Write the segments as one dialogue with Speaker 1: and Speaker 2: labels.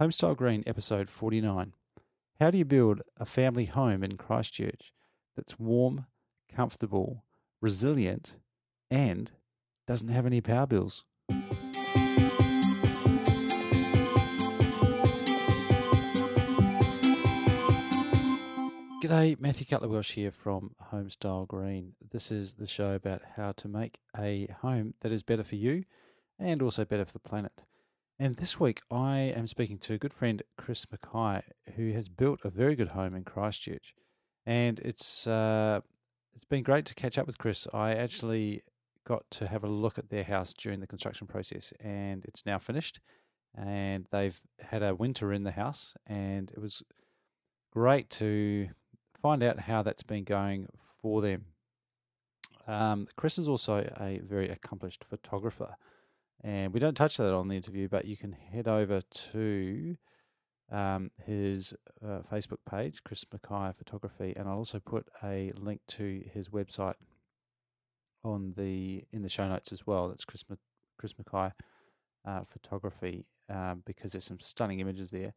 Speaker 1: Homestyle Green, episode 49. How do you build a family home in Christchurch that's warm, comfortable, resilient, and doesn't have any power bills? G'day, Matthew Cutler Welsh here from Homestyle Green. This is the show about how to make a home that is better for you and also better for the planet. And this week I am speaking to a good friend, Chris Mackay, who has built a very good home in Christchurch. And it's uh, it's been great to catch up with Chris. I actually got to have a look at their house during the construction process and it's now finished. And they've had a winter in the house and it was great to find out how that's been going for them. Um, Chris is also a very accomplished photographer, and we don't touch that on the interview, but you can head over to um, his uh, Facebook page, Chris Mackay Photography, and I'll also put a link to his website on the in the show notes as well. That's Chris Ma- Chris Mackay uh, Photography um, because there's some stunning images there.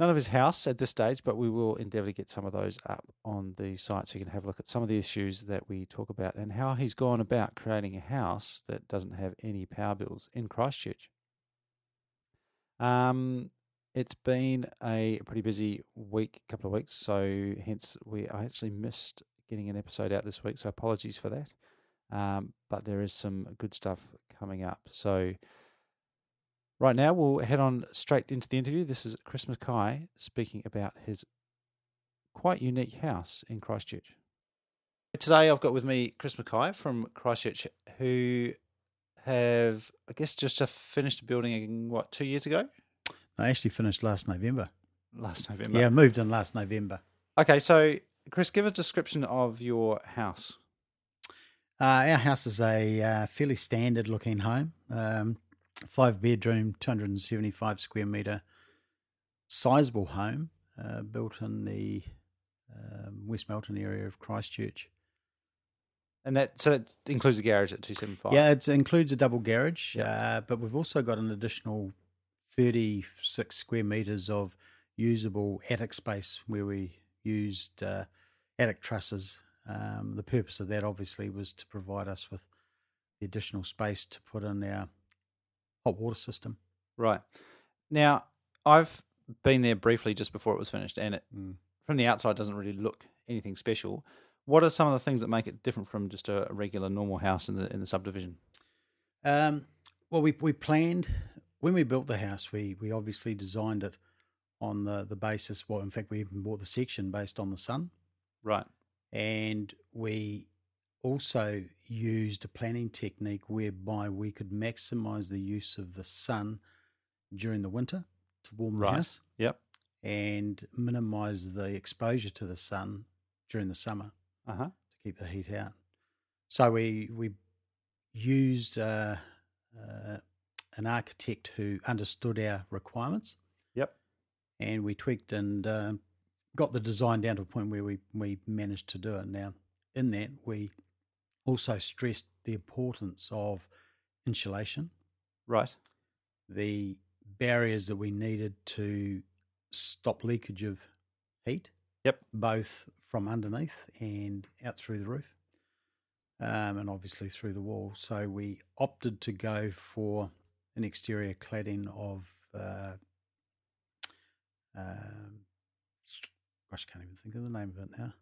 Speaker 1: None of his house at this stage, but we will endeavour to get some of those up on the site so you can have a look at some of the issues that we talk about and how he's gone about creating a house that doesn't have any power bills in Christchurch. Um, it's been a pretty busy week, couple of weeks, so hence we I actually missed getting an episode out this week, so apologies for that. Um, but there is some good stuff coming up, so. Right now, we'll head on straight into the interview. This is Chris Mackay speaking about his quite unique house in Christchurch. Today, I've got with me Chris Mackay from Christchurch, who have, I guess, just finished building what two years ago,
Speaker 2: I actually finished last November.
Speaker 1: last November.
Speaker 2: Yeah, I moved in last November.
Speaker 1: Okay, so Chris, give a description of your house.
Speaker 2: Uh, our house is a uh, fairly standard looking home, um, five bedroom, 275 square metre, sizable home uh, built in the um, West Melton area of Christchurch.
Speaker 1: And that so that includes the garage at two seven five.
Speaker 2: Yeah, it includes a double garage, uh, but we've also got an additional 36 square metres of usable attic space where we used uh, attic trusses. Um, the purpose of that obviously was to provide us with the additional space to put in our hot water system.
Speaker 1: Right. Now, I've been there briefly just before it was finished, and it
Speaker 2: Mm.
Speaker 1: from the outside doesn't really look anything special. What are some of the things that make it different from just a a regular normal house in the in the subdivision?
Speaker 2: Um, well, we we planned when we built the house. We we obviously designed it on the the basis. Well, in fact, we even bought the section based on the sun,
Speaker 1: Right.
Speaker 2: and we also used a planning technique whereby we could maximise the use of the sun during the winter to warm
Speaker 1: Right.
Speaker 2: the house
Speaker 1: Yep.
Speaker 2: and minimise the exposure to the sun during the summer.
Speaker 1: Uh huh.
Speaker 2: to keep the heat out. So we we used uh, uh, an architect who understood our requirements,
Speaker 1: Yep.
Speaker 2: and we tweaked and uh, got the design down to a point where we we managed to do it. Now, in that we also stressed the importance of insulation,
Speaker 1: Right.
Speaker 2: the barriers that we needed to stop leakage of heat
Speaker 1: Yep.
Speaker 2: both from underneath and out through the roof, um, and obviously through the wall. So we opted to go for an exterior cladding of, uh, um, gosh, can't even think of the name of it now.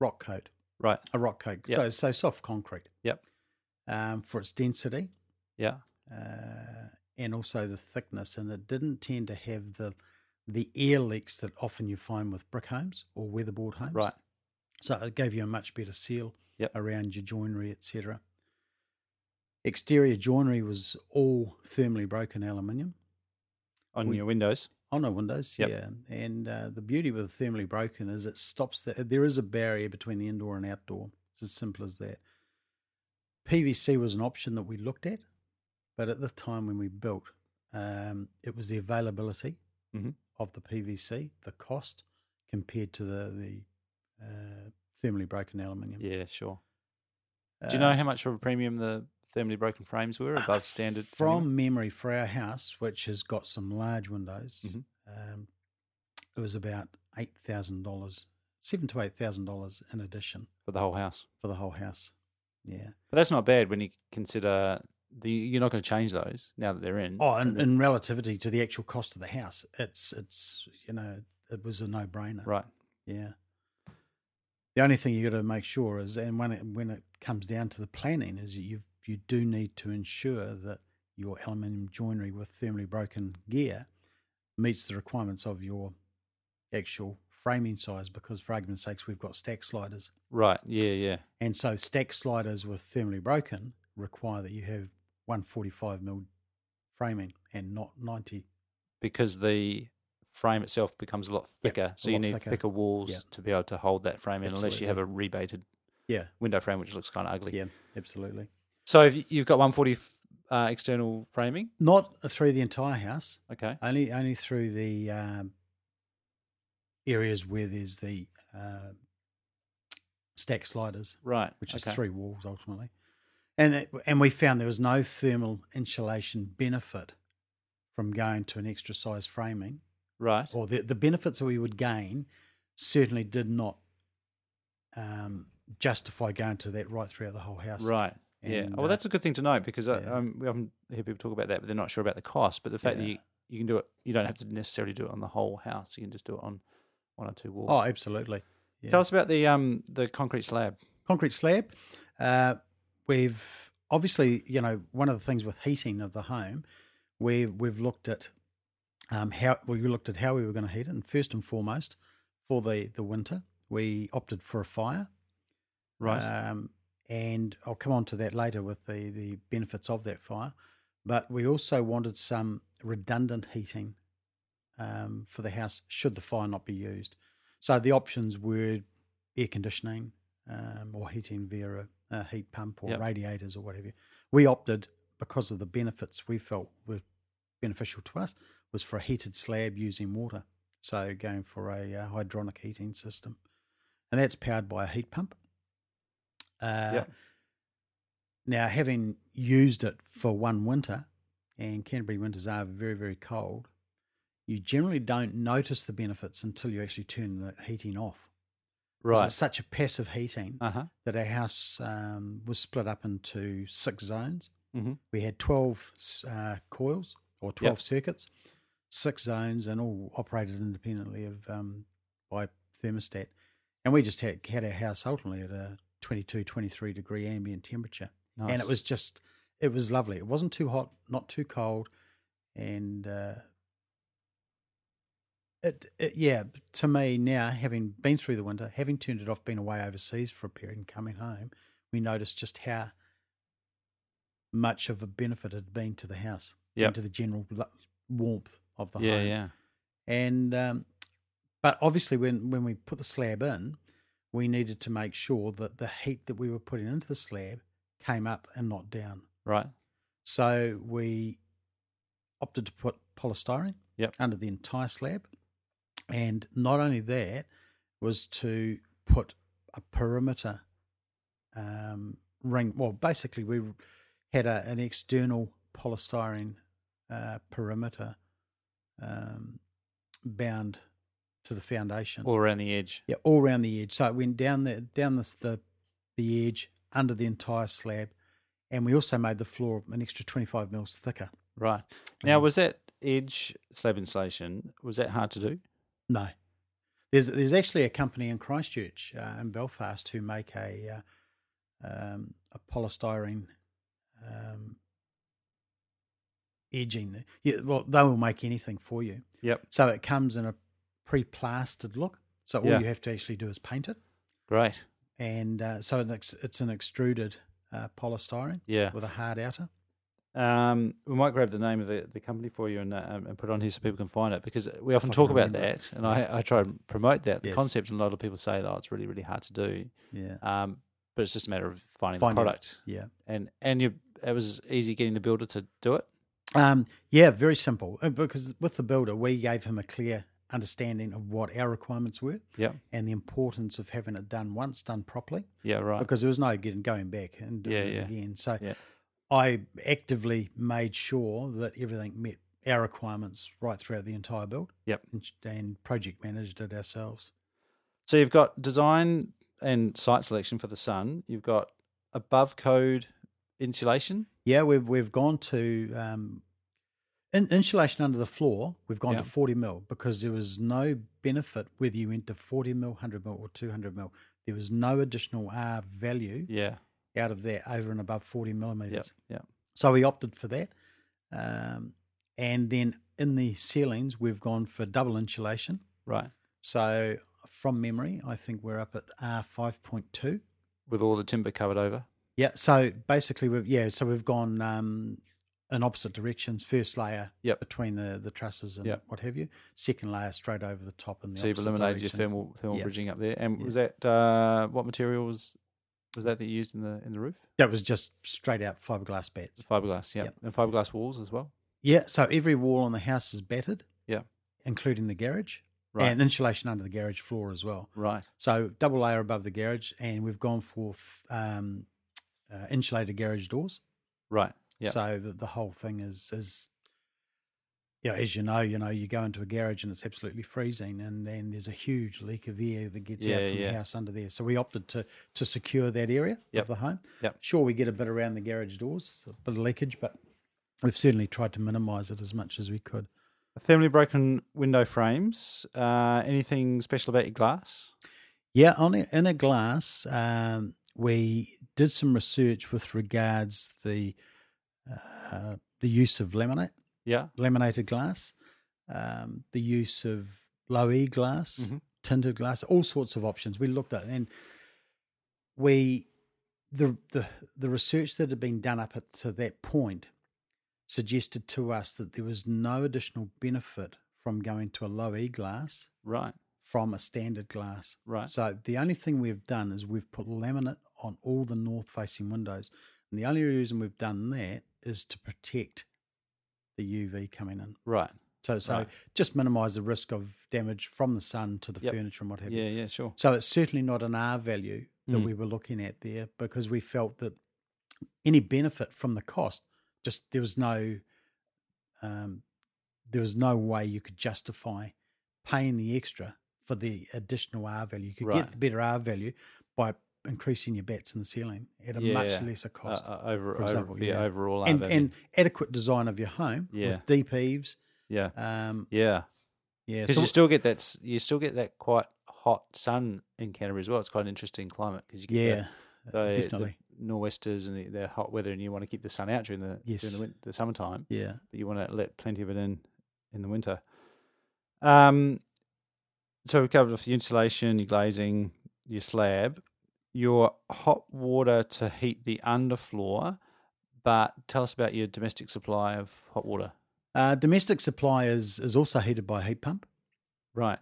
Speaker 2: Rock coat,
Speaker 1: Right.
Speaker 2: a rock coat.
Speaker 1: Yep.
Speaker 2: So so soft concrete.
Speaker 1: Yep.
Speaker 2: Um, for its density
Speaker 1: Yeah.
Speaker 2: uh, and also the thickness, and it didn't tend to have the the air leaks that often you find with brick homes or weatherboard homes.
Speaker 1: Right.
Speaker 2: So it gave you a much better seal
Speaker 1: Yep.
Speaker 2: around your joinery, etc. Exterior joinery was all thermally broken aluminium.
Speaker 1: On
Speaker 2: We-
Speaker 1: your windows.
Speaker 2: On our windows,
Speaker 1: Yep.
Speaker 2: yeah. And uh, the beauty with thermally broken is it stops the There is a barrier between the indoor and outdoor. It's as simple as that. PVC was an option that we looked at, but at the time when we built, um, it was the availability
Speaker 1: Mhm.
Speaker 2: of the PVC, the cost compared to the the uh, thermally broken aluminium. Uh,
Speaker 1: Yeah. Sure. Do you know how much of a premium the thermally broken frames were above standard
Speaker 2: From
Speaker 1: anyway?
Speaker 2: memory, for our house, which has got some large windows,
Speaker 1: Mhm.
Speaker 2: um, it was about eight thousand dollars, seven to eight thousand dollars in addition
Speaker 1: for the whole house.
Speaker 2: for the whole house. Yeah.
Speaker 1: But that's not bad when you consider the you're not going to change those now that they're in.
Speaker 2: Oh, and in relativity to the actual cost of the house, it's it's you know it was a no brainer.
Speaker 1: right.
Speaker 2: Yeah. The only thing you got to make sure is, and when it, when it comes down to the planning, is that you you do need to ensure that your aluminium joinery with thermally broken gear meets the requirements of your actual framing size. Because for argument's sakes, we've got stack sliders,
Speaker 1: Right. Yeah. Yeah.
Speaker 2: and so stack sliders with thermally broken require that you have 145 mil framing and not 90.
Speaker 1: Because the frame itself becomes a lot
Speaker 2: Yep,
Speaker 1: thicker,
Speaker 2: a
Speaker 1: so you
Speaker 2: lot
Speaker 1: need
Speaker 2: thicker.
Speaker 1: thicker, walls
Speaker 2: Yeah.
Speaker 1: to be able to hold that frame in, unless you
Speaker 2: Absolutely.
Speaker 1: have a rebated
Speaker 2: Yeah,
Speaker 1: window frame, which looks kind of ugly.
Speaker 2: yeah, absolutely.
Speaker 1: So if y- you've got 140 f- uh, external framing.
Speaker 2: Not through the entire house.
Speaker 1: Okay.
Speaker 2: Only only through the um, areas where there's the uh, stack sliders,
Speaker 1: Right.
Speaker 2: which
Speaker 1: okay.
Speaker 2: is three walls ultimately, and it, and we found there was no thermal insulation benefit from going to an extra size framing,
Speaker 1: Right.
Speaker 2: or the the benefits that we would gain certainly did not um, justify going to that right throughout the whole house.
Speaker 1: Right. Yeah.
Speaker 2: And,
Speaker 1: Oh, well,
Speaker 2: uh,
Speaker 1: that's a good thing to know because I,
Speaker 2: yeah.
Speaker 1: um, we often hear people talk about that, but they're not sure about the cost. But the fact that
Speaker 2: Yeah.
Speaker 1: you, you can do it, you don't have to necessarily do it on the whole house. You can just do it on one or two walls.
Speaker 2: Oh, absolutely. yeah.
Speaker 1: Tell us about the um the concrete slab.
Speaker 2: concrete slab. Uh, we've obviously, you know, one of the things with heating of the home, we we've looked at um, how we looked at how we were going to heat it, and first and foremost, for the the winter, we opted for a fire. Um, and I'll come on to that later with the the benefits of that fire, but we also wanted some redundant heating um, for the house should the fire not be used. So the options were air conditioning um, or heating via a, a heat pump or
Speaker 1: Yep.
Speaker 2: radiators or whatever. We opted because of the benefits we felt were beneficial to us was for a heated slab using water. So going for a uh, hydronic heating system, and that's powered by a heat pump. Uh,
Speaker 1: Yep.
Speaker 2: Now, having used it for one winter, and Canterbury winters are very, very cold, you generally don't notice the benefits until you actually turn the heating off. 'Cause
Speaker 1: right.
Speaker 2: It's such a passive heating
Speaker 1: Uh huh.
Speaker 2: that our house um, was split up into six zones.
Speaker 1: Mhm.
Speaker 2: We had 12 s- uh, coils or 12 circuits, six zones, and all operated independently of um, by thermostat. And we just had, had our house ultimately at a 22, 23 degree ambient temperature.
Speaker 1: Nice.
Speaker 2: And it was just, it was lovely. It wasn't too hot, not too cold. And uh, it, it, yeah, to me now, having been through the winter, having turned it off, been away overseas for a period and coming home, we noticed just how much of a benefit it had been to the house
Speaker 1: Yep.
Speaker 2: and to the general lo- warmth of the
Speaker 1: yeah
Speaker 2: home.
Speaker 1: yeah
Speaker 2: And um, but obviously, when when we put the slab in, we needed to make sure that the heat that we were putting into the slab came up and not down.
Speaker 1: right
Speaker 2: So we opted to put polystyrene
Speaker 1: Yep.
Speaker 2: under the entire slab. And not only that, was to put a perimeter um, ring. Well, basically, we had a, an external polystyrene uh, perimeter um, bound to the foundation.
Speaker 1: all around the edge.
Speaker 2: Yeah, all around the edge. So it went down the down the the, the edge under the entire slab, and we also made the floor an extra twenty five mils thicker.
Speaker 1: Right. Now
Speaker 2: Mhm.
Speaker 1: was that edge slab insulation? Was that hard to do?
Speaker 2: No, there's there's actually a company in Christchurch uh, in Belfast who make a uh, um, a polystyrene um, edging. Yeah, well, they will make anything for you.
Speaker 1: Yep.
Speaker 2: So it comes in a pre plastered look. So all
Speaker 1: Yeah.
Speaker 2: you have to actually do is paint it.
Speaker 1: Great.
Speaker 2: and uh, so an ex- it's an extruded uh, polystyrene
Speaker 1: Yeah.
Speaker 2: with a hard outer.
Speaker 1: Um, we might grab the name of the, the company for you and, uh, um, and put it on here so people can find it because we often
Speaker 2: If I
Speaker 1: talk
Speaker 2: can
Speaker 1: about
Speaker 2: remember
Speaker 1: that and I, I try and promote that the
Speaker 2: Yes.
Speaker 1: concept and a lot of people say oh it's really really hard to do
Speaker 2: Yeah,
Speaker 1: um, but it's just a matter of finding
Speaker 2: Finding
Speaker 1: the
Speaker 2: it.
Speaker 1: product
Speaker 2: yeah,
Speaker 1: and and you it was easy getting the builder to do it
Speaker 2: um, yeah. Very simple Uh, because with the builder, we gave him a clear understanding of what our requirements were
Speaker 1: yeah
Speaker 2: and the importance of having it done once, done properly,
Speaker 1: yeah right
Speaker 2: because there was no getting going back and doing
Speaker 1: Yeah,
Speaker 2: it
Speaker 1: yeah.
Speaker 2: again. So
Speaker 1: Yeah.
Speaker 2: I actively made sure that everything met our requirements right throughout the entire build.
Speaker 1: Yep.
Speaker 2: And, and project managed it ourselves.
Speaker 1: So you've got design and site selection for the sun. You've got above code insulation.
Speaker 2: Yeah, we've we've gone to um, in, insulation under the floor. We've gone
Speaker 1: Yeah.
Speaker 2: to forty mil because there was no benefit whether you went to forty mil, hundred mil, or two hundred mil. There was no additional R value
Speaker 1: Yeah.
Speaker 2: out of that over and above forty millimeters.
Speaker 1: Yep. Yep.
Speaker 2: So we opted for that. Um, and then in the ceilings, we've gone for double insulation.
Speaker 1: Right.
Speaker 2: So from memory, I think we're up at R five point two.
Speaker 1: With all the timber covered over.
Speaker 2: Yeah. So basically, we've yeah. So we've gone um, in opposite directions. First layer
Speaker 1: Yep.
Speaker 2: between the the trusses and
Speaker 1: Yep.
Speaker 2: what have you. Second layer straight over the top and the
Speaker 1: So you've
Speaker 2: opposite
Speaker 1: eliminated your
Speaker 2: direction.
Speaker 1: thermal thermal
Speaker 2: Yeah.
Speaker 1: bridging up there. And
Speaker 2: Yeah.
Speaker 1: was that uh, what material was was that that you used in the in the roof?
Speaker 2: That was just straight out fiberglass bats.
Speaker 1: Fiberglass, yeah.
Speaker 2: Yep.
Speaker 1: And fiberglass walls as well.
Speaker 2: Yeah. So every wall on the house is battered.
Speaker 1: Yeah.
Speaker 2: Including the garage
Speaker 1: Right.
Speaker 2: and insulation under the garage floor as well.
Speaker 1: right.
Speaker 2: So double layer above the garage, and we've gone for um, uh, insulated garage doors.
Speaker 1: Right. Yeah.
Speaker 2: So the, the whole thing is is yeah, as you know, you know, you go into a garage and it's absolutely freezing, and then there's a huge leak of air that gets out
Speaker 1: Yeah,
Speaker 2: from
Speaker 1: yeah.
Speaker 2: the house under there. So we opted to to secure that area
Speaker 1: Yep.
Speaker 2: of the home.
Speaker 1: Yep.
Speaker 2: Sure, we get a bit around the garage doors, a bit of leakage, but we've certainly tried to minimise it as much as we could.
Speaker 1: Thermally broken window frames. Uh, anything special about your glass?
Speaker 2: Yeah, on a, in a glass, um, we did some research with regards the uh, the use of laminate.
Speaker 1: Yeah.
Speaker 2: laminated glass, um, the use of low E glass,
Speaker 1: Mhm.
Speaker 2: tinted glass, all sorts of options. We looked at and we the the the research that had been done up at, to that point suggested to us that there was no additional benefit from going to a low E glass
Speaker 1: Right.
Speaker 2: from a standard glass.
Speaker 1: Right.
Speaker 2: So the only thing we've done is we've put laminate on all the north facing windows. And the only reason we've done that is to protect the UV coming in.
Speaker 1: Right.
Speaker 2: So, so
Speaker 1: Right.
Speaker 2: just minimise the risk of damage from the sun to the
Speaker 1: Yep.
Speaker 2: furniture and what have you.
Speaker 1: Yeah. Yeah. Sure.
Speaker 2: So it's certainly not an R value that
Speaker 1: Mm.
Speaker 2: we were looking at there because we felt that any benefit from the cost just there was no um, there was no way you could justify paying the extra for the additional R value. You could
Speaker 1: Right.
Speaker 2: get the better R value by increasing your bets in the ceiling at a much
Speaker 1: Yeah.
Speaker 2: lesser
Speaker 1: Uh,
Speaker 2: cost.
Speaker 1: uh, over,
Speaker 2: for example,
Speaker 1: over yeah,
Speaker 2: yeah.
Speaker 1: overall.
Speaker 2: and,
Speaker 1: R-value.
Speaker 2: and adequate design of your home
Speaker 1: Yeah.
Speaker 2: with deep eaves.
Speaker 1: yeah.
Speaker 2: Um,
Speaker 1: Yeah.
Speaker 2: yeah,
Speaker 1: Because
Speaker 2: so-
Speaker 1: you still get that s- you still get that quite hot sun in Canterbury as well. It's quite an interesting climate because you get
Speaker 2: yeah,
Speaker 1: the, the,
Speaker 2: definitely.
Speaker 1: the nor'westers and the, the hot weather, and you want to keep the sun out during the during
Speaker 2: Yes.
Speaker 1: the, win- the summertime,
Speaker 2: Yeah.
Speaker 1: but you want to let plenty of it in in the winter. Um, so we've covered off the insulation, your glazing, your slab, your hot water to heat the underfloor. But tell us about your domestic supply of hot water.
Speaker 2: Uh, domestic supply is, is also heated by a heat pump.
Speaker 1: Right.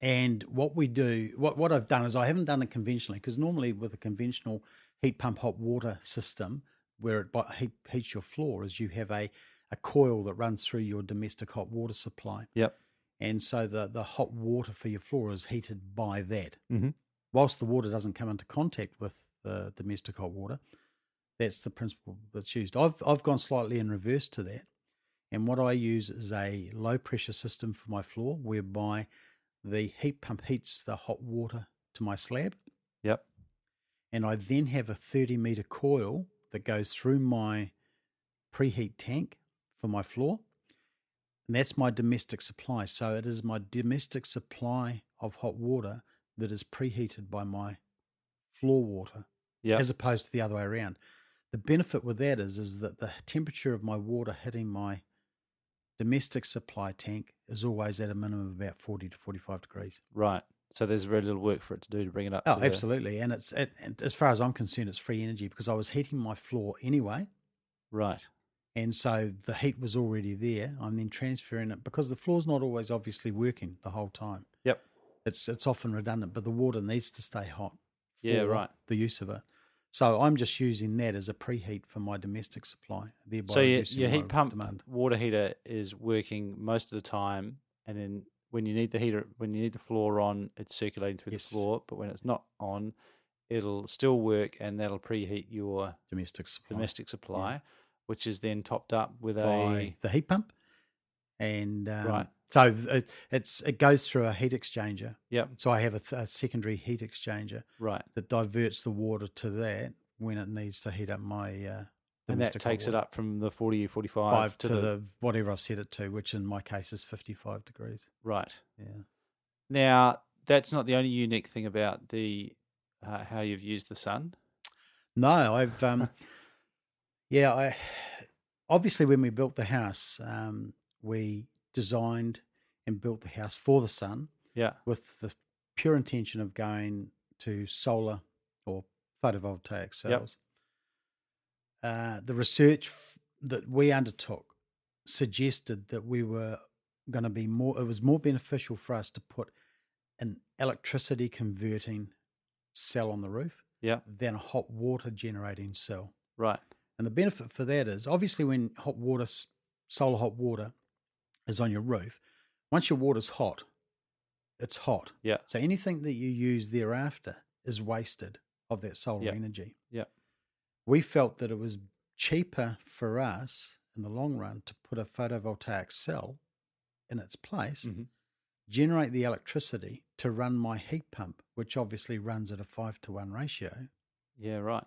Speaker 2: And what we do, what, what I've done is I haven't done it conventionally because normally with a conventional heat pump hot water system where it bi- heat, heats your floor is you have a, a coil that runs through your domestic hot water supply.
Speaker 1: Yep.
Speaker 2: And so the, the hot water for your floor is heated by that.
Speaker 1: Mhm.
Speaker 2: Whilst the water doesn't come into contact with the domestic hot water, that's the principle that's used. I've, I've gone slightly in reverse to that. And what I use is a low pressure system for my floor whereby the heat pump heats the hot water to my slab.
Speaker 1: Yep.
Speaker 2: And I then have a 30 meter coil that goes through my preheat tank for my floor. And that's my domestic supply. So it is my domestic supply of hot water that is preheated by my floor water
Speaker 1: Yeah.
Speaker 2: as opposed to the other way around. The benefit with that is is that the temperature of my water hitting my domestic supply tank is always at a minimum of about 40 to 45 degrees.
Speaker 1: Right. So there's very little work for it to do to bring it up.
Speaker 2: Oh,
Speaker 1: to the-
Speaker 2: absolutely. And it's it, and as far as I'm concerned, it's free energy because I was heating my floor anyway.
Speaker 1: right.
Speaker 2: And so the heat was already there. I'm then transferring it because the floor's not always obviously working the whole time.
Speaker 1: Yep.
Speaker 2: It's it's often redundant, but the water needs to stay hot.
Speaker 1: Yeah,
Speaker 2: for
Speaker 1: right.
Speaker 2: The use of it. So I'm just using that as a preheat for my domestic supply, thereby
Speaker 1: So your,
Speaker 2: reducing
Speaker 1: your
Speaker 2: my
Speaker 1: heat pump
Speaker 2: demand.
Speaker 1: water heater is working most of the time, and then when you need the heater, when you need the floor on, it's circulating through
Speaker 2: Yes.
Speaker 1: the floor. But when it's not on, it'll still work, and that'll preheat your
Speaker 2: Domestic supply.
Speaker 1: domestic supply. which is then topped up with
Speaker 2: by
Speaker 1: a
Speaker 2: the heat pump, and um,
Speaker 1: Right.
Speaker 2: so it, it's it goes through a heat exchanger.
Speaker 1: yep
Speaker 2: So I have a, th- a secondary heat exchanger
Speaker 1: right,
Speaker 2: that diverts the water to that when it needs to heat up my uh,
Speaker 1: and that
Speaker 2: domestic hot
Speaker 1: takes it
Speaker 2: water.
Speaker 1: up from the forty or forty five
Speaker 2: five to, the, whatever I've set it to, which in my case is fifty five degrees.
Speaker 1: right.
Speaker 2: Yeah,
Speaker 1: Now that's not the only unique thing about the uh, how you've used the sun.
Speaker 2: no, I've um, yeah, I obviously when we built the house, um, we designed and built the house for the sun.
Speaker 1: Yeah,
Speaker 2: with the pure intention of going to solar or photovoltaic cells. Uh, the research f- that we undertook suggested that we were going to be more, it was more beneficial for us to put an electricity converting cell on the roof
Speaker 1: Yeah.
Speaker 2: than a hot water generating cell.
Speaker 1: right.
Speaker 2: And the benefit for that is obviously when hot water, s- solar hot water is on your roof, once your water's hot, it's hot.
Speaker 1: Yeah.
Speaker 2: So anything that you use thereafter is wasted of that solar
Speaker 1: Yeah.
Speaker 2: energy.
Speaker 1: Yeah.
Speaker 2: We felt that it was cheaper for us in the long run to put a photovoltaic cell in its place,
Speaker 1: Mhm.
Speaker 2: generate the electricity to run my heat pump, which obviously runs at a five to one ratio
Speaker 1: Yeah, right.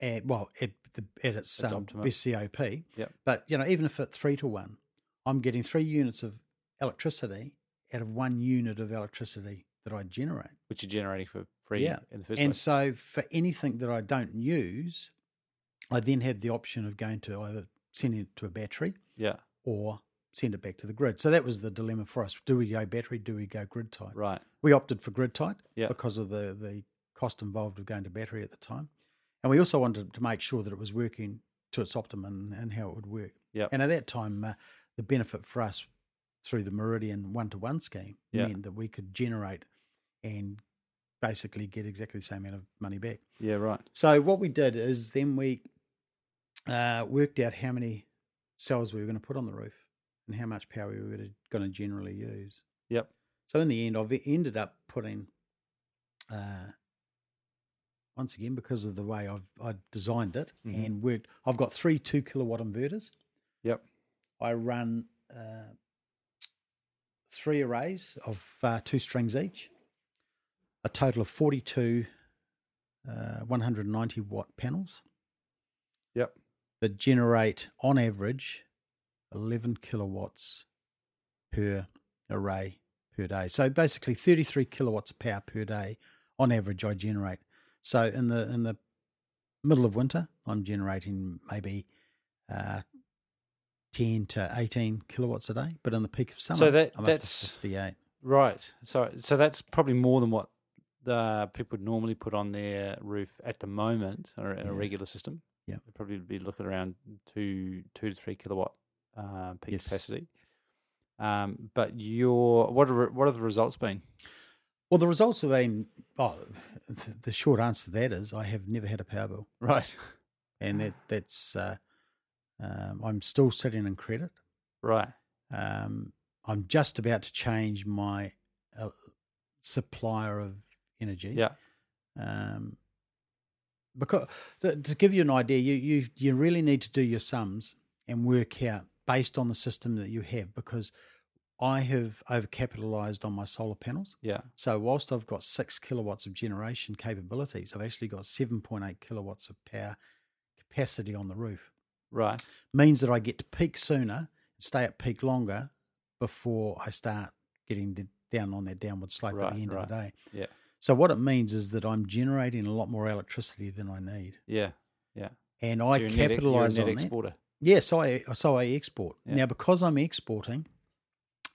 Speaker 2: at well at the at its,
Speaker 1: Its
Speaker 2: um,
Speaker 1: optimum.
Speaker 2: best COP.
Speaker 1: Yep.
Speaker 2: But you know, even if it's three to one, I'm getting three units of electricity out of one unit of electricity that I generate.
Speaker 1: Which you're generating for free
Speaker 2: Yeah,
Speaker 1: in the first
Speaker 2: and
Speaker 1: place.
Speaker 2: so for anything that I don't use, I then have the option of going to either send it to a battery
Speaker 1: Yeah,
Speaker 2: or send it back to the grid. So that was the dilemma for us. Do we go battery? Do we go grid type?
Speaker 1: right.
Speaker 2: We opted for grid tight
Speaker 1: Yeah.
Speaker 2: because of the, the cost involved of going to battery at the time. And we also wanted to make sure that it was working to its optimum and, and how it would work.
Speaker 1: Yeah.
Speaker 2: And at that time, uh, the benefit for us through the Meridian one to one scheme
Speaker 1: Yeah.
Speaker 2: meant that we could generate and basically get exactly the same amount of money back.
Speaker 1: Yeah, right.
Speaker 2: So what we did is then we uh, worked out how many cells we were going to put on the roof and how much power we were going to generally use.
Speaker 1: Yep.
Speaker 2: So in the end, I've e, ended up putting, uh, once again because of the way I've I designed it
Speaker 1: Mhm.
Speaker 2: and worked. I've got three two kilowatt inverters.
Speaker 1: Yep.
Speaker 2: I run uh, three arrays of uh, two strings each, a total of 42 uh, 190 watt panels.
Speaker 1: Yep.
Speaker 2: That generate on average 11 kilowatts per array per day. So basically 33 kilowatts of power per day on average I generate. So in the in the middle of winter I'm generating maybe uh, 10 to 18 kilowatts a day, but in the peak of summer
Speaker 1: that-
Speaker 2: I'm
Speaker 1: that's-
Speaker 2: up to 58.
Speaker 1: Right. So so that's probably more than what the people would normally put on their roof at the moment or in a
Speaker 2: Yeah.
Speaker 1: regular system.
Speaker 2: Yeah.
Speaker 1: They'd probably be looking around two two to three kilowatt uh, peak
Speaker 2: Yes.
Speaker 1: capacity. Um, but your what are what have the results been?
Speaker 2: Well, the results have been. Oh, th- the short answer to that is I have never had a power bill,
Speaker 1: Right.
Speaker 2: and that that's. Uh, um, I'm still sitting in credit.
Speaker 1: Right.
Speaker 2: Um, I'm just about to change my uh, supplier of energy.
Speaker 1: Yeah.
Speaker 2: Um, because to, to give you an idea, you you you really need to do your sums and work out based on the system that you have because I have overcapitalized on my solar panels.
Speaker 1: Yeah.
Speaker 2: So whilst I've got six kilowatts of generation capabilities, I've actually got seven point eight kilowatts of power capacity on the roof.
Speaker 1: Right.
Speaker 2: Means that I get to peak sooner, stay at peak longer before I start getting d- down on that downward slope
Speaker 1: Right,
Speaker 2: at the end of the day.
Speaker 1: Yeah.
Speaker 2: So what it means is that I'm generating a lot more electricity than I need.
Speaker 1: Yeah.
Speaker 2: And
Speaker 1: So
Speaker 2: I
Speaker 1: you're a net- you're a
Speaker 2: capitalize
Speaker 1: net
Speaker 2: on that.
Speaker 1: exporter.
Speaker 2: Yes, I so I export
Speaker 1: Yeah.
Speaker 2: now because I'm exporting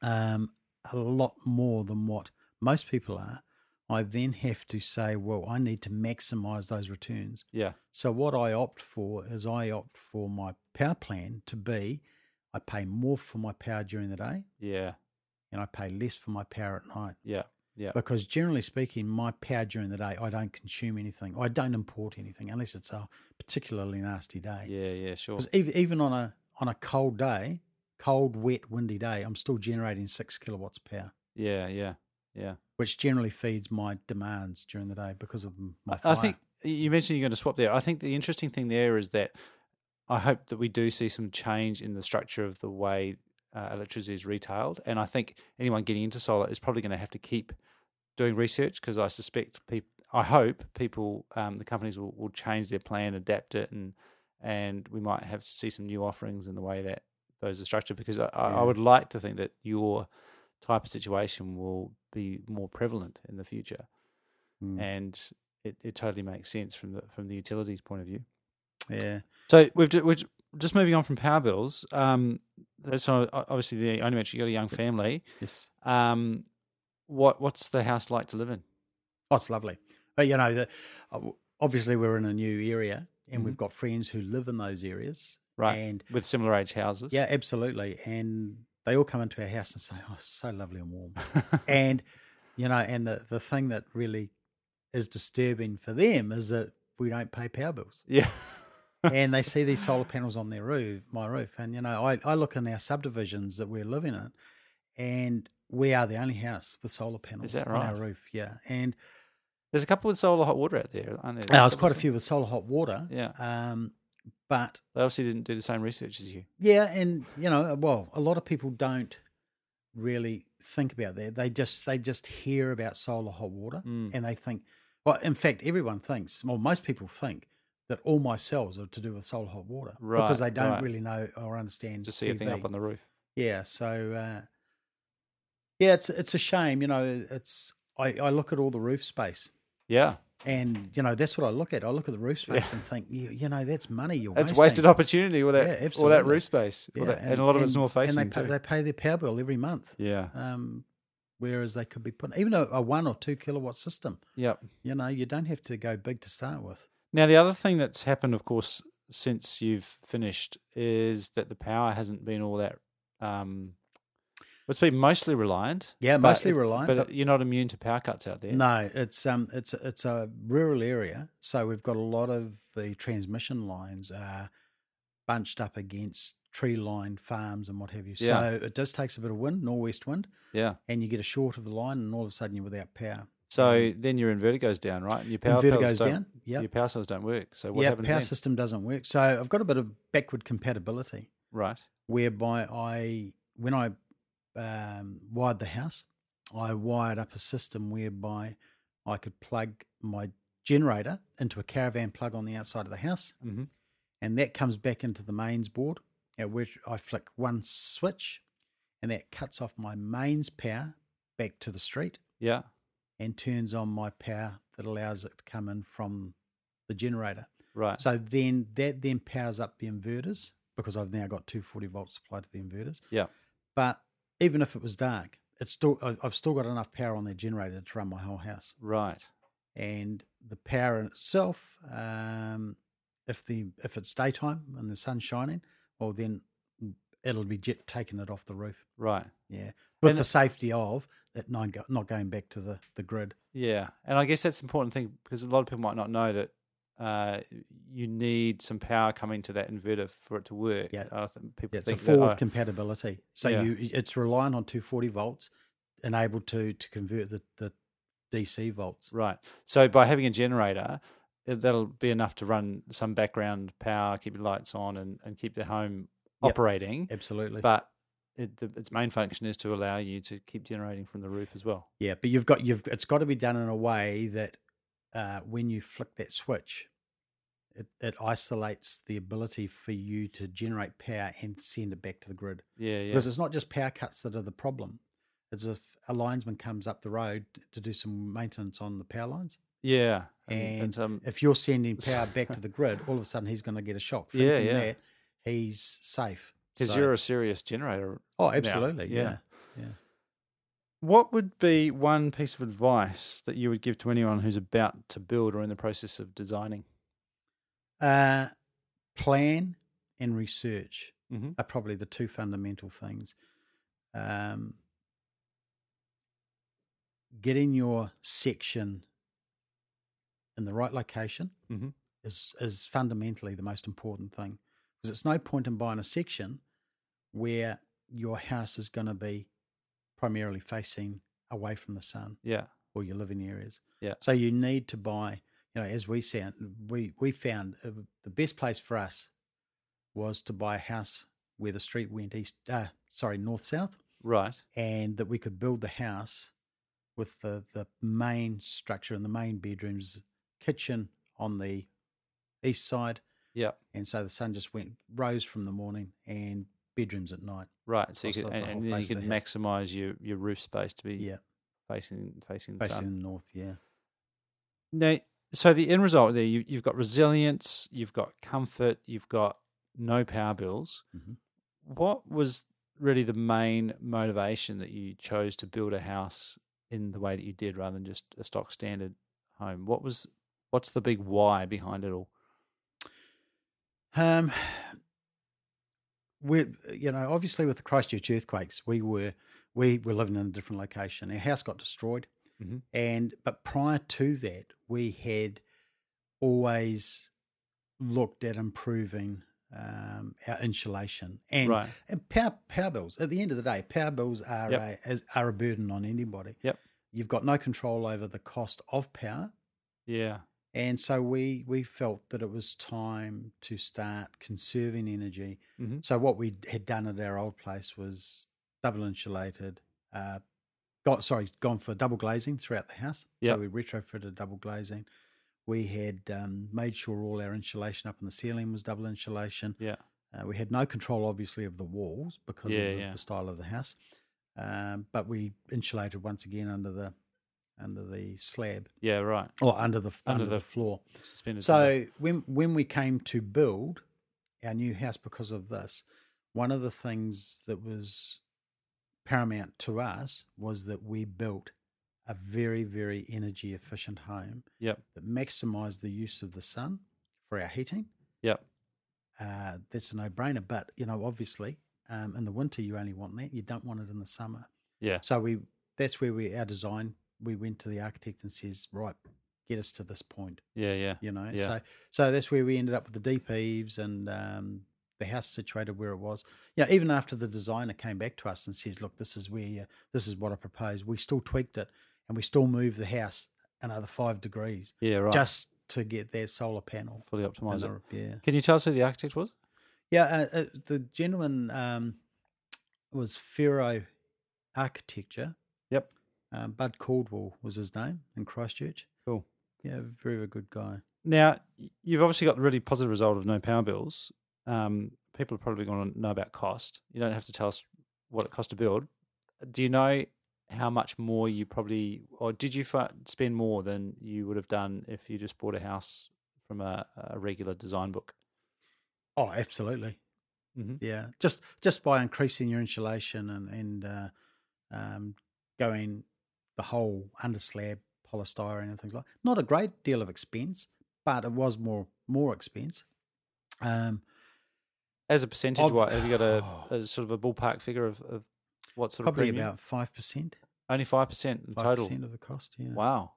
Speaker 2: um, a lot more than what most people are. I then have to say, well, I need to maximise those returns.
Speaker 1: Yeah.
Speaker 2: So what I opt for is I opt for my power plan to be, I pay more for my power during the day
Speaker 1: Yeah.
Speaker 2: and I pay less for my power at night
Speaker 1: Yeah. Yeah.
Speaker 2: because generally speaking, my power during the day I don't consume anything. I don't import anything unless it's a particularly nasty day.
Speaker 1: Yeah. Yeah. Sure.
Speaker 2: Because even, even on a on a cold day, cold, wet, windy day, I'm still generating six kilowatts power,
Speaker 1: Yeah. Yeah. Yeah.
Speaker 2: which generally feeds my demands during the day because of m- my
Speaker 1: I- I
Speaker 2: fire.
Speaker 1: think you mentioned you're going to swap there. I think the interesting thing there is that I hope that we do see some change in the structure of the way uh, electricity is retailed. And I think anyone getting into solar is probably going to have to keep doing research because I suspect people, I hope people, um, the companies will, will change their plan, adapt it, and and we might have to see some new offerings in the way that those are structured. Because I, I I
Speaker 2: Yeah.
Speaker 1: would like to think that your type of situation will be more prevalent in the future,
Speaker 2: Mm.
Speaker 1: and it, it totally makes sense from the from the utilities point of view.
Speaker 2: Yeah.
Speaker 1: So we've ju- we're ju- just moving on from power bills. Um, that's not- o- obviously the only mention. You got a young family.
Speaker 2: Yes.
Speaker 1: Um, what what's the house like to live in?
Speaker 2: Oh, it's lovely. But you know, the, uh, obviously we're in a new area, and we've got friends who live in those areas,
Speaker 1: Mm-hmm. Right,
Speaker 2: And
Speaker 1: with similar age houses.
Speaker 2: yeah, absolutely. And they all come into our house and say, "Oh, it's so lovely and warm." and you know, and the the thing that really is disturbing for them is that we don't pay power bills.
Speaker 1: yeah.
Speaker 2: and they see these solar panels on their roof, my roof. And you know, I, I look in our subdivisions that we're living in, and we are the only house with solar panels
Speaker 1: that
Speaker 2: on our
Speaker 1: right?
Speaker 2: roof. Yeah, and
Speaker 1: There's a couple with solar hot water out there, aren't there?
Speaker 2: uh, there's quite a few with solar hot water.
Speaker 1: Yeah.
Speaker 2: Um, but
Speaker 1: They obviously didn't do the same research as you.
Speaker 2: yeah, and you know, well, a lot of people don't really think about that. They just they just hear about solar hot water,
Speaker 1: Mm.
Speaker 2: and they think, well, in fact, everyone thinks, well, most people think. That all my cells are to do with solar hot water because they
Speaker 1: Right,
Speaker 2: don't
Speaker 1: right.
Speaker 2: really know or understand.
Speaker 1: Just see a thing
Speaker 2: PV.
Speaker 1: up on the roof.
Speaker 2: Yeah, so uh, yeah, it's it's a shame, you know. It's I, I look at all the roof space,
Speaker 1: Yeah,
Speaker 2: and you know that's what I look at. I look at the roof
Speaker 1: Yeah.
Speaker 2: space and think, you, you know, that's money you're
Speaker 1: it's
Speaker 2: wasting.
Speaker 1: wasted opportunity. All that,
Speaker 2: Yeah,
Speaker 1: all that
Speaker 2: absolutely.
Speaker 1: roof space, all
Speaker 2: Yeah,
Speaker 1: that- and, a lot of it's north facing.
Speaker 2: And they pay,
Speaker 1: too.
Speaker 2: they pay their power bill every month,
Speaker 1: yeah,
Speaker 2: um, whereas they could be putting even a, a one or two kilowatt system.
Speaker 1: yep.
Speaker 2: You know, you don't have to go big to start with.
Speaker 1: Now, the other thing that's happened, of course, since you've finished is that the power hasn't been all that. Um, it's been mostly reliant,
Speaker 2: Yeah,
Speaker 1: but
Speaker 2: mostly
Speaker 1: it-
Speaker 2: reliant,
Speaker 1: but,
Speaker 2: but-
Speaker 1: you're not immune to power cuts out there.
Speaker 2: No, it's um, it's it's a rural area, so we've got a lot of the transmission lines are bunched up against tree lined farms and what have you.
Speaker 1: Yeah.
Speaker 2: So it just takes a bit of wind, nor'west wind,
Speaker 1: Yeah.
Speaker 2: and you get a short of the line, and all of a sudden you're without power.
Speaker 1: So then your inverter goes down, right? And your power
Speaker 2: Inverter
Speaker 1: cells
Speaker 2: goes
Speaker 1: don't-
Speaker 2: down. Yep.
Speaker 1: Your power cells don't work. So what
Speaker 2: Yeah, power
Speaker 1: happens then?
Speaker 2: system doesn't work. So I've got a bit of backward compatibility
Speaker 1: Right.
Speaker 2: whereby I when I um, wired the house, I wired up a system whereby I could plug my generator into a caravan plug on the outside of the house.
Speaker 1: hmm
Speaker 2: and that comes back into the mains board at which I flick one switch and that cuts off my mains power back to the street
Speaker 1: Yeah.
Speaker 2: and turns on my power that allows it to come in from the generator.
Speaker 1: Right.
Speaker 2: So then that then powers up the inverters because I've now got 240 volt supply to the inverters.
Speaker 1: Yeah.
Speaker 2: But even if it was dark, it's still I- I've still got enough power on that generator to run my whole house
Speaker 1: Right.
Speaker 2: and the power in itself. Um, if the if it's daytime and the sun's shining, well then it'll be jet taking it off the roof.
Speaker 1: Right.
Speaker 2: Yeah, with
Speaker 1: And
Speaker 2: the
Speaker 1: it-
Speaker 2: safety of that not go, not going back to the the grid.
Speaker 1: Yeah, and I guess that's an important thing because a lot of people might not know that uh, you need some power coming to that inverter for it to work.
Speaker 2: Yeah,
Speaker 1: I think people
Speaker 2: Yeah, it's a
Speaker 1: think
Speaker 2: forward
Speaker 1: that. oh,
Speaker 2: compatibility. So
Speaker 1: Yeah.
Speaker 2: you it's reliant on 240 volts and able to to convert the the DC volts.
Speaker 1: right. So by having a generator, it- that'll be enough to run some background power, keep your lights on, and, and keep the home
Speaker 2: Yep.
Speaker 1: operating.
Speaker 2: Absolutely.
Speaker 1: But it, the, its main function is to allow you to keep generating from the roof as well.
Speaker 2: Yeah, but you've got you've it's got to be done in a way that uh, when you flick that switch, it, it isolates the ability for you to generate power and send it back to the grid.
Speaker 1: Yeah, yeah,
Speaker 2: Because it's not just power cuts that are the problem. It's if a linesman comes up the road to do some maintenance on the power lines.
Speaker 1: yeah.
Speaker 2: And
Speaker 1: some,
Speaker 2: If you're sending power back to the grid, all of a sudden he's going to get a shock.
Speaker 1: Yeah,
Speaker 2: thinking
Speaker 1: yeah.
Speaker 2: That he's safe.
Speaker 1: because
Speaker 2: So-
Speaker 1: you're a serious generator
Speaker 2: oh,
Speaker 1: now,
Speaker 2: absolutely.
Speaker 1: yeah.
Speaker 2: yeah.
Speaker 1: What would be one piece of advice that you would give to anyone who's about to build or in the process of designing?
Speaker 2: Uh, plan and research
Speaker 1: Mhm.
Speaker 2: are probably the two fundamental things. Um, getting your section in the right location
Speaker 1: Mhm.
Speaker 2: is is fundamentally the most important thing because it's no point in buying a section where your house is going to be primarily facing away from the sun
Speaker 1: Yeah,
Speaker 2: or your living areas.
Speaker 1: Yeah.
Speaker 2: So you need to buy. You know, as we found, we we found uh, the best place for us was to buy a house where the street went east, uh, sorry, north south,
Speaker 1: Right.
Speaker 2: and that we could build the house with the, the main structure and the main bedrooms, kitchen on the east side.
Speaker 1: Yeah.
Speaker 2: And so the sun just went, rose from the morning and bedrooms at night.
Speaker 1: Right. So you
Speaker 2: Across
Speaker 1: could,
Speaker 2: the-
Speaker 1: and,
Speaker 2: the
Speaker 1: and
Speaker 2: whole
Speaker 1: then you
Speaker 2: face of
Speaker 1: could
Speaker 2: the house.
Speaker 1: maximize your, your roof space to be
Speaker 2: Yeah,
Speaker 1: facing facing the sun.
Speaker 2: facing the north, yeah.
Speaker 1: Now, so the end result there, you, you've got resilience, you've got comfort, you've got no power bills.
Speaker 2: Mhm.
Speaker 1: What was really the main motivation that you chose to build a house in the way that you did, rather than just a stock standard home? What was what's the big why behind it all?
Speaker 2: Um, we, you know, obviously with the Christchurch earthquakes, we were we were living in a different location. Our house got destroyed,
Speaker 1: Mhm.
Speaker 2: and but prior to that, we had always looked at improving um, our insulation and
Speaker 1: right.
Speaker 2: and power power bills. At the end of the day, power bills are
Speaker 1: Yep.
Speaker 2: a as, are a burden on anybody.
Speaker 1: Yep.
Speaker 2: You've got no control over the cost of power,
Speaker 1: Yeah.
Speaker 2: and so we we felt that it was time to start conserving energy.
Speaker 1: Mhm.
Speaker 2: So what we had done at our old place was double insulated. Uh, got sorry, gone for double glazing throughout the house.
Speaker 1: Yep.
Speaker 2: So we retrofitted double glazing. We had um, made sure all our insulation up in the ceiling was double insulation.
Speaker 1: Yeah.
Speaker 2: Uh, we had no control, obviously, of the walls because
Speaker 1: Yeah,
Speaker 2: of the,
Speaker 1: yeah.
Speaker 2: the style of the house. Um, but we insulated once again under the under the slab
Speaker 1: Yeah. Right.
Speaker 2: or under the
Speaker 1: Under
Speaker 2: under,
Speaker 1: the-
Speaker 2: the floor.
Speaker 1: Suspended.
Speaker 2: So when when we came to build our new house because of this, one of the things that was paramount to us was that we built a very very energy efficient home
Speaker 1: Yep.
Speaker 2: that maximized the use of the sun for our heating.
Speaker 1: Yep.
Speaker 2: Uh, that's a no brainer. But you know, obviously, um, in the winter you only want that. You don't want it in the summer.
Speaker 1: Yeah.
Speaker 2: So we that's where we our design. We went to the architect and says, right, get us to this point
Speaker 1: Yeah. Yeah.
Speaker 2: you know.
Speaker 1: Yeah.
Speaker 2: So so that's where we ended up with the deep eaves and um, the house situated where it was. Yeah, even after the designer came back to us and says, "Look, this is where you- this is what I proposed," we still tweaked it and we still moved the house another five degrees
Speaker 1: Yeah. Right.
Speaker 2: just to get their solar panel.
Speaker 1: fully
Speaker 2: in
Speaker 1: optimize it.
Speaker 2: the- yeah,
Speaker 1: Can you tell us who the architect was?
Speaker 2: yeah. Uh, uh, the gentleman um, was Fero Architecture.
Speaker 1: Yep.
Speaker 2: Um, Bud Caldwell was his name in Christchurch.
Speaker 1: Cool.
Speaker 2: Yeah, very, very good guy.
Speaker 1: Now, y- you've obviously got the really positive result of no power bills. Um, people are probably going to know about cost. You don't have to tell us what it cost to build. Do you know how much more you probably, or did you fi- spend more than you would have done if you just bought a house from a, a regular design book?
Speaker 2: Oh, absolutely.
Speaker 1: Mhm.
Speaker 2: Yeah, just just by increasing your insulation and and uh, um, going the whole under slab polystyrene and things like not a great deal of expense, but it was more more expense. Um,
Speaker 1: As a percentage,
Speaker 2: Of-
Speaker 1: what have you got a, a sort of a ballpark figure of, of what sort
Speaker 2: probably
Speaker 1: of premium?
Speaker 2: about five percent,
Speaker 1: Only five percent in
Speaker 2: five
Speaker 1: total.
Speaker 2: percent of the cost. Yeah.
Speaker 1: Wow,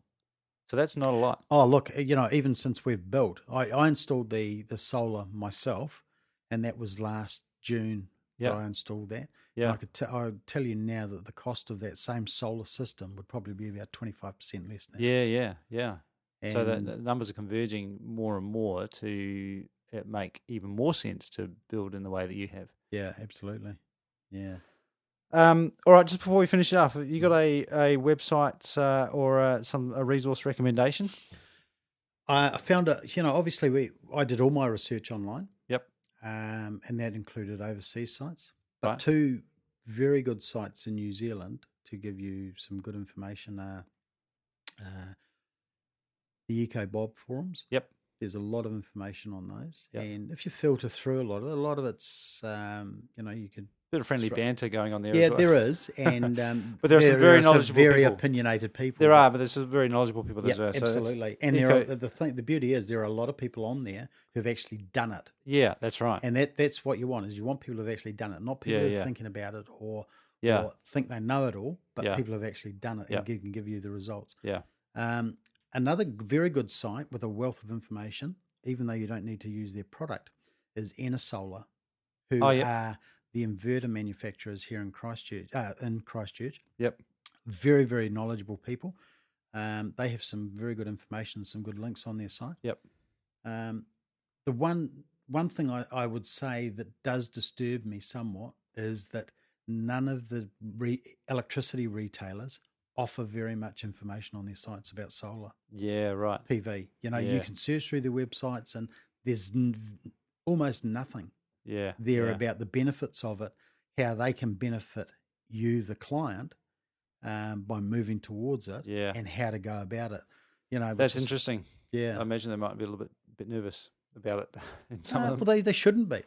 Speaker 1: so that's not a lot.
Speaker 2: Oh, look, you know, even since we've built, I, I installed the the solar myself, and that was last June
Speaker 1: Yeah,
Speaker 2: that I installed that.
Speaker 1: yeah,
Speaker 2: I could t- I would tell you now that the cost of that same solar system would probably be about 25% less now.
Speaker 1: yeah, yeah, yeah.
Speaker 2: And
Speaker 1: so that the numbers are converging more and more to it make even more sense to build in the way that you have.
Speaker 2: yeah, absolutely. Yeah.
Speaker 1: Um, all right, just before we finish up, have you got a, a website uh, or uh, some a resource recommendation?
Speaker 2: I I found it, you know, obviously we I did all my research online.
Speaker 1: Yep.
Speaker 2: Um, and that included overseas sites. But
Speaker 1: Right.
Speaker 2: two very good sites in New Zealand to give you some good information are uh, the Eco Bob forums.
Speaker 1: Yep.
Speaker 2: There's a lot of information on those.
Speaker 1: Yep.
Speaker 2: And if you filter through a lot of it, a lot of it's um, you know, you could
Speaker 1: Bit of friendly
Speaker 2: right.
Speaker 1: banter going on there.
Speaker 2: yeah,
Speaker 1: as well.
Speaker 2: there is, and um,
Speaker 1: But there are some very knowledgeable
Speaker 2: very
Speaker 1: people.
Speaker 2: opinionated people.
Speaker 1: There are, but there's some very knowledgeable people
Speaker 2: yeah,
Speaker 1: as well. So it's-
Speaker 2: absolutely. and there are,
Speaker 1: eco-
Speaker 2: the the thing, the beauty is, there are a lot of people on there who've actually done it,
Speaker 1: yeah, that's right.
Speaker 2: and that that's what you want is you want people who've actually done it, not people
Speaker 1: Yeah,
Speaker 2: who are
Speaker 1: yeah.
Speaker 2: thinking about it or,
Speaker 1: yeah,
Speaker 2: or think they know it all, but
Speaker 1: Yeah.
Speaker 2: people who've actually done it
Speaker 1: Yeah.
Speaker 2: and give, can give you the results.
Speaker 1: Yeah.
Speaker 2: Um, another g- very good site with a wealth of information, even though you don't need to use their product, is Enersolar, who
Speaker 1: Oh, yeah.
Speaker 2: are the inverter manufacturers here in Christchurch. Uh, in Christchurch,
Speaker 1: Yep.
Speaker 2: very very knowledgeable people. Um, they have some very good information, some good links on their site.
Speaker 1: Yep.
Speaker 2: Um, the one one thing I, I would say that does disturb me somewhat is that none of the re- electricity retailers offer very much information on their sites about solar
Speaker 1: Yeah, right.
Speaker 2: PV. You know, you
Speaker 1: Yeah.
Speaker 2: can search through their websites and there's n- almost nothing
Speaker 1: Yeah.
Speaker 2: there
Speaker 1: yeah.
Speaker 2: about the benefits of it, how they can benefit you, the client, um, by moving towards it,
Speaker 1: Yeah.
Speaker 2: and how to go about it. You know, which
Speaker 1: That's
Speaker 2: is-
Speaker 1: interesting. I
Speaker 2: Yeah,
Speaker 1: imagine they might be a little bit bit nervous about it in some
Speaker 2: Uh,
Speaker 1: of
Speaker 2: well,
Speaker 1: them.
Speaker 2: they, they shouldn't be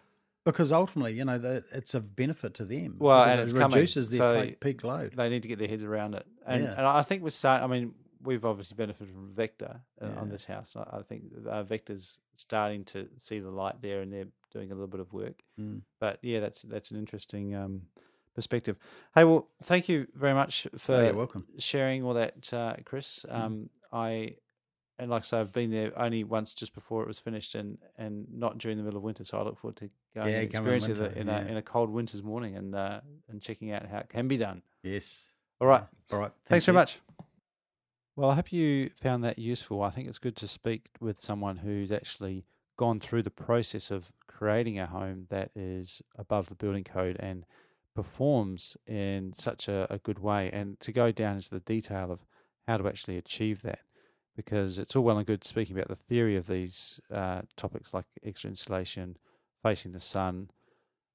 Speaker 2: because ultimately, you know, the, it's of benefit to them.
Speaker 1: Well,
Speaker 2: because
Speaker 1: and it's
Speaker 2: it
Speaker 1: coming,
Speaker 2: reduces their
Speaker 1: so-
Speaker 2: peak, peak load.
Speaker 1: they need to get their heads around it. And,
Speaker 2: Yeah.
Speaker 1: and I think we're starting, I mean, we've obviously benefited from Vector uh, on
Speaker 2: Yeah.
Speaker 1: this house. I I think uh, Vector's starting to see the light there and they're doing a little bit of work.
Speaker 2: Mm.
Speaker 1: But yeah, that's that's an interesting um, perspective. Hey, well, thank you very much for
Speaker 2: Oh, you're Mm. welcome.
Speaker 1: sharing all that, uh, Chris. Um, I and like I say, I've been there only once just before it was finished, and and not during the middle of winter. So I look forward to going
Speaker 2: Yeah,
Speaker 1: and
Speaker 2: come in
Speaker 1: experiencing it
Speaker 2: winter,
Speaker 1: in a
Speaker 2: yeah.
Speaker 1: in a cold winter's morning and uh, and checking out how it can be done.
Speaker 2: Yes.
Speaker 1: All right,
Speaker 2: All right.
Speaker 1: thanks very
Speaker 2: you.
Speaker 1: much. Well, I hope you found that useful. I think it's good to speak with someone who's actually gone through the process of creating a home that is above the building code and performs in such a, a good way and to go down into the detail of how to actually achieve that because it's all well and good speaking about the theory of these uh, topics like extra insulation facing the sun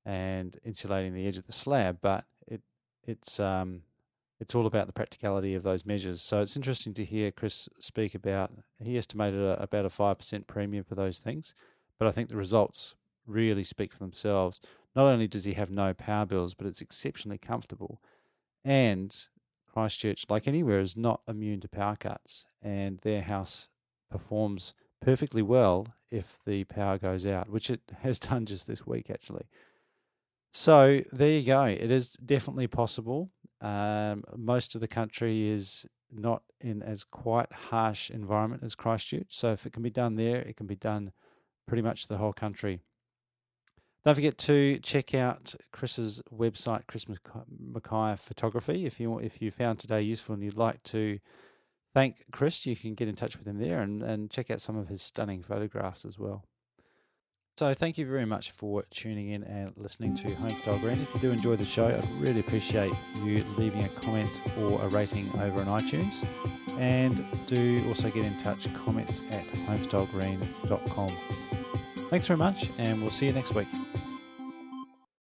Speaker 1: and insulating the edge of the slab but it it's um, it's all about the practicality of those measures. So it's interesting to hear Chris speak about he estimated a, about a five percent premium for those things, but I think the results really speak for themselves. Not only does he have no power bills, but it's exceptionally comfortable. And Christchurch, like anywhere, is not immune to power cuts, and their house performs perfectly well if the power goes out, which it has done just this week actually. So there you go. It is definitely possible. Um, most of the country is not in as quite harsh environment as Christchurch. So if it can be done there, it can be done pretty much the whole country. Don't forget to check out Chris's website, Chris Mc- Mackay Photography. If you if you found today useful and you'd like to thank Chris, you can get in touch with him there and, and check out some of his stunning photographs as well. So thank you very much for tuning in and listening to Home Style Green. If you do enjoy the show, I'd really appreciate you leaving a comment or a rating over on iTunes. And do also get in touch, comments at homestylegreen.com. Thanks very much, and we'll see you next week.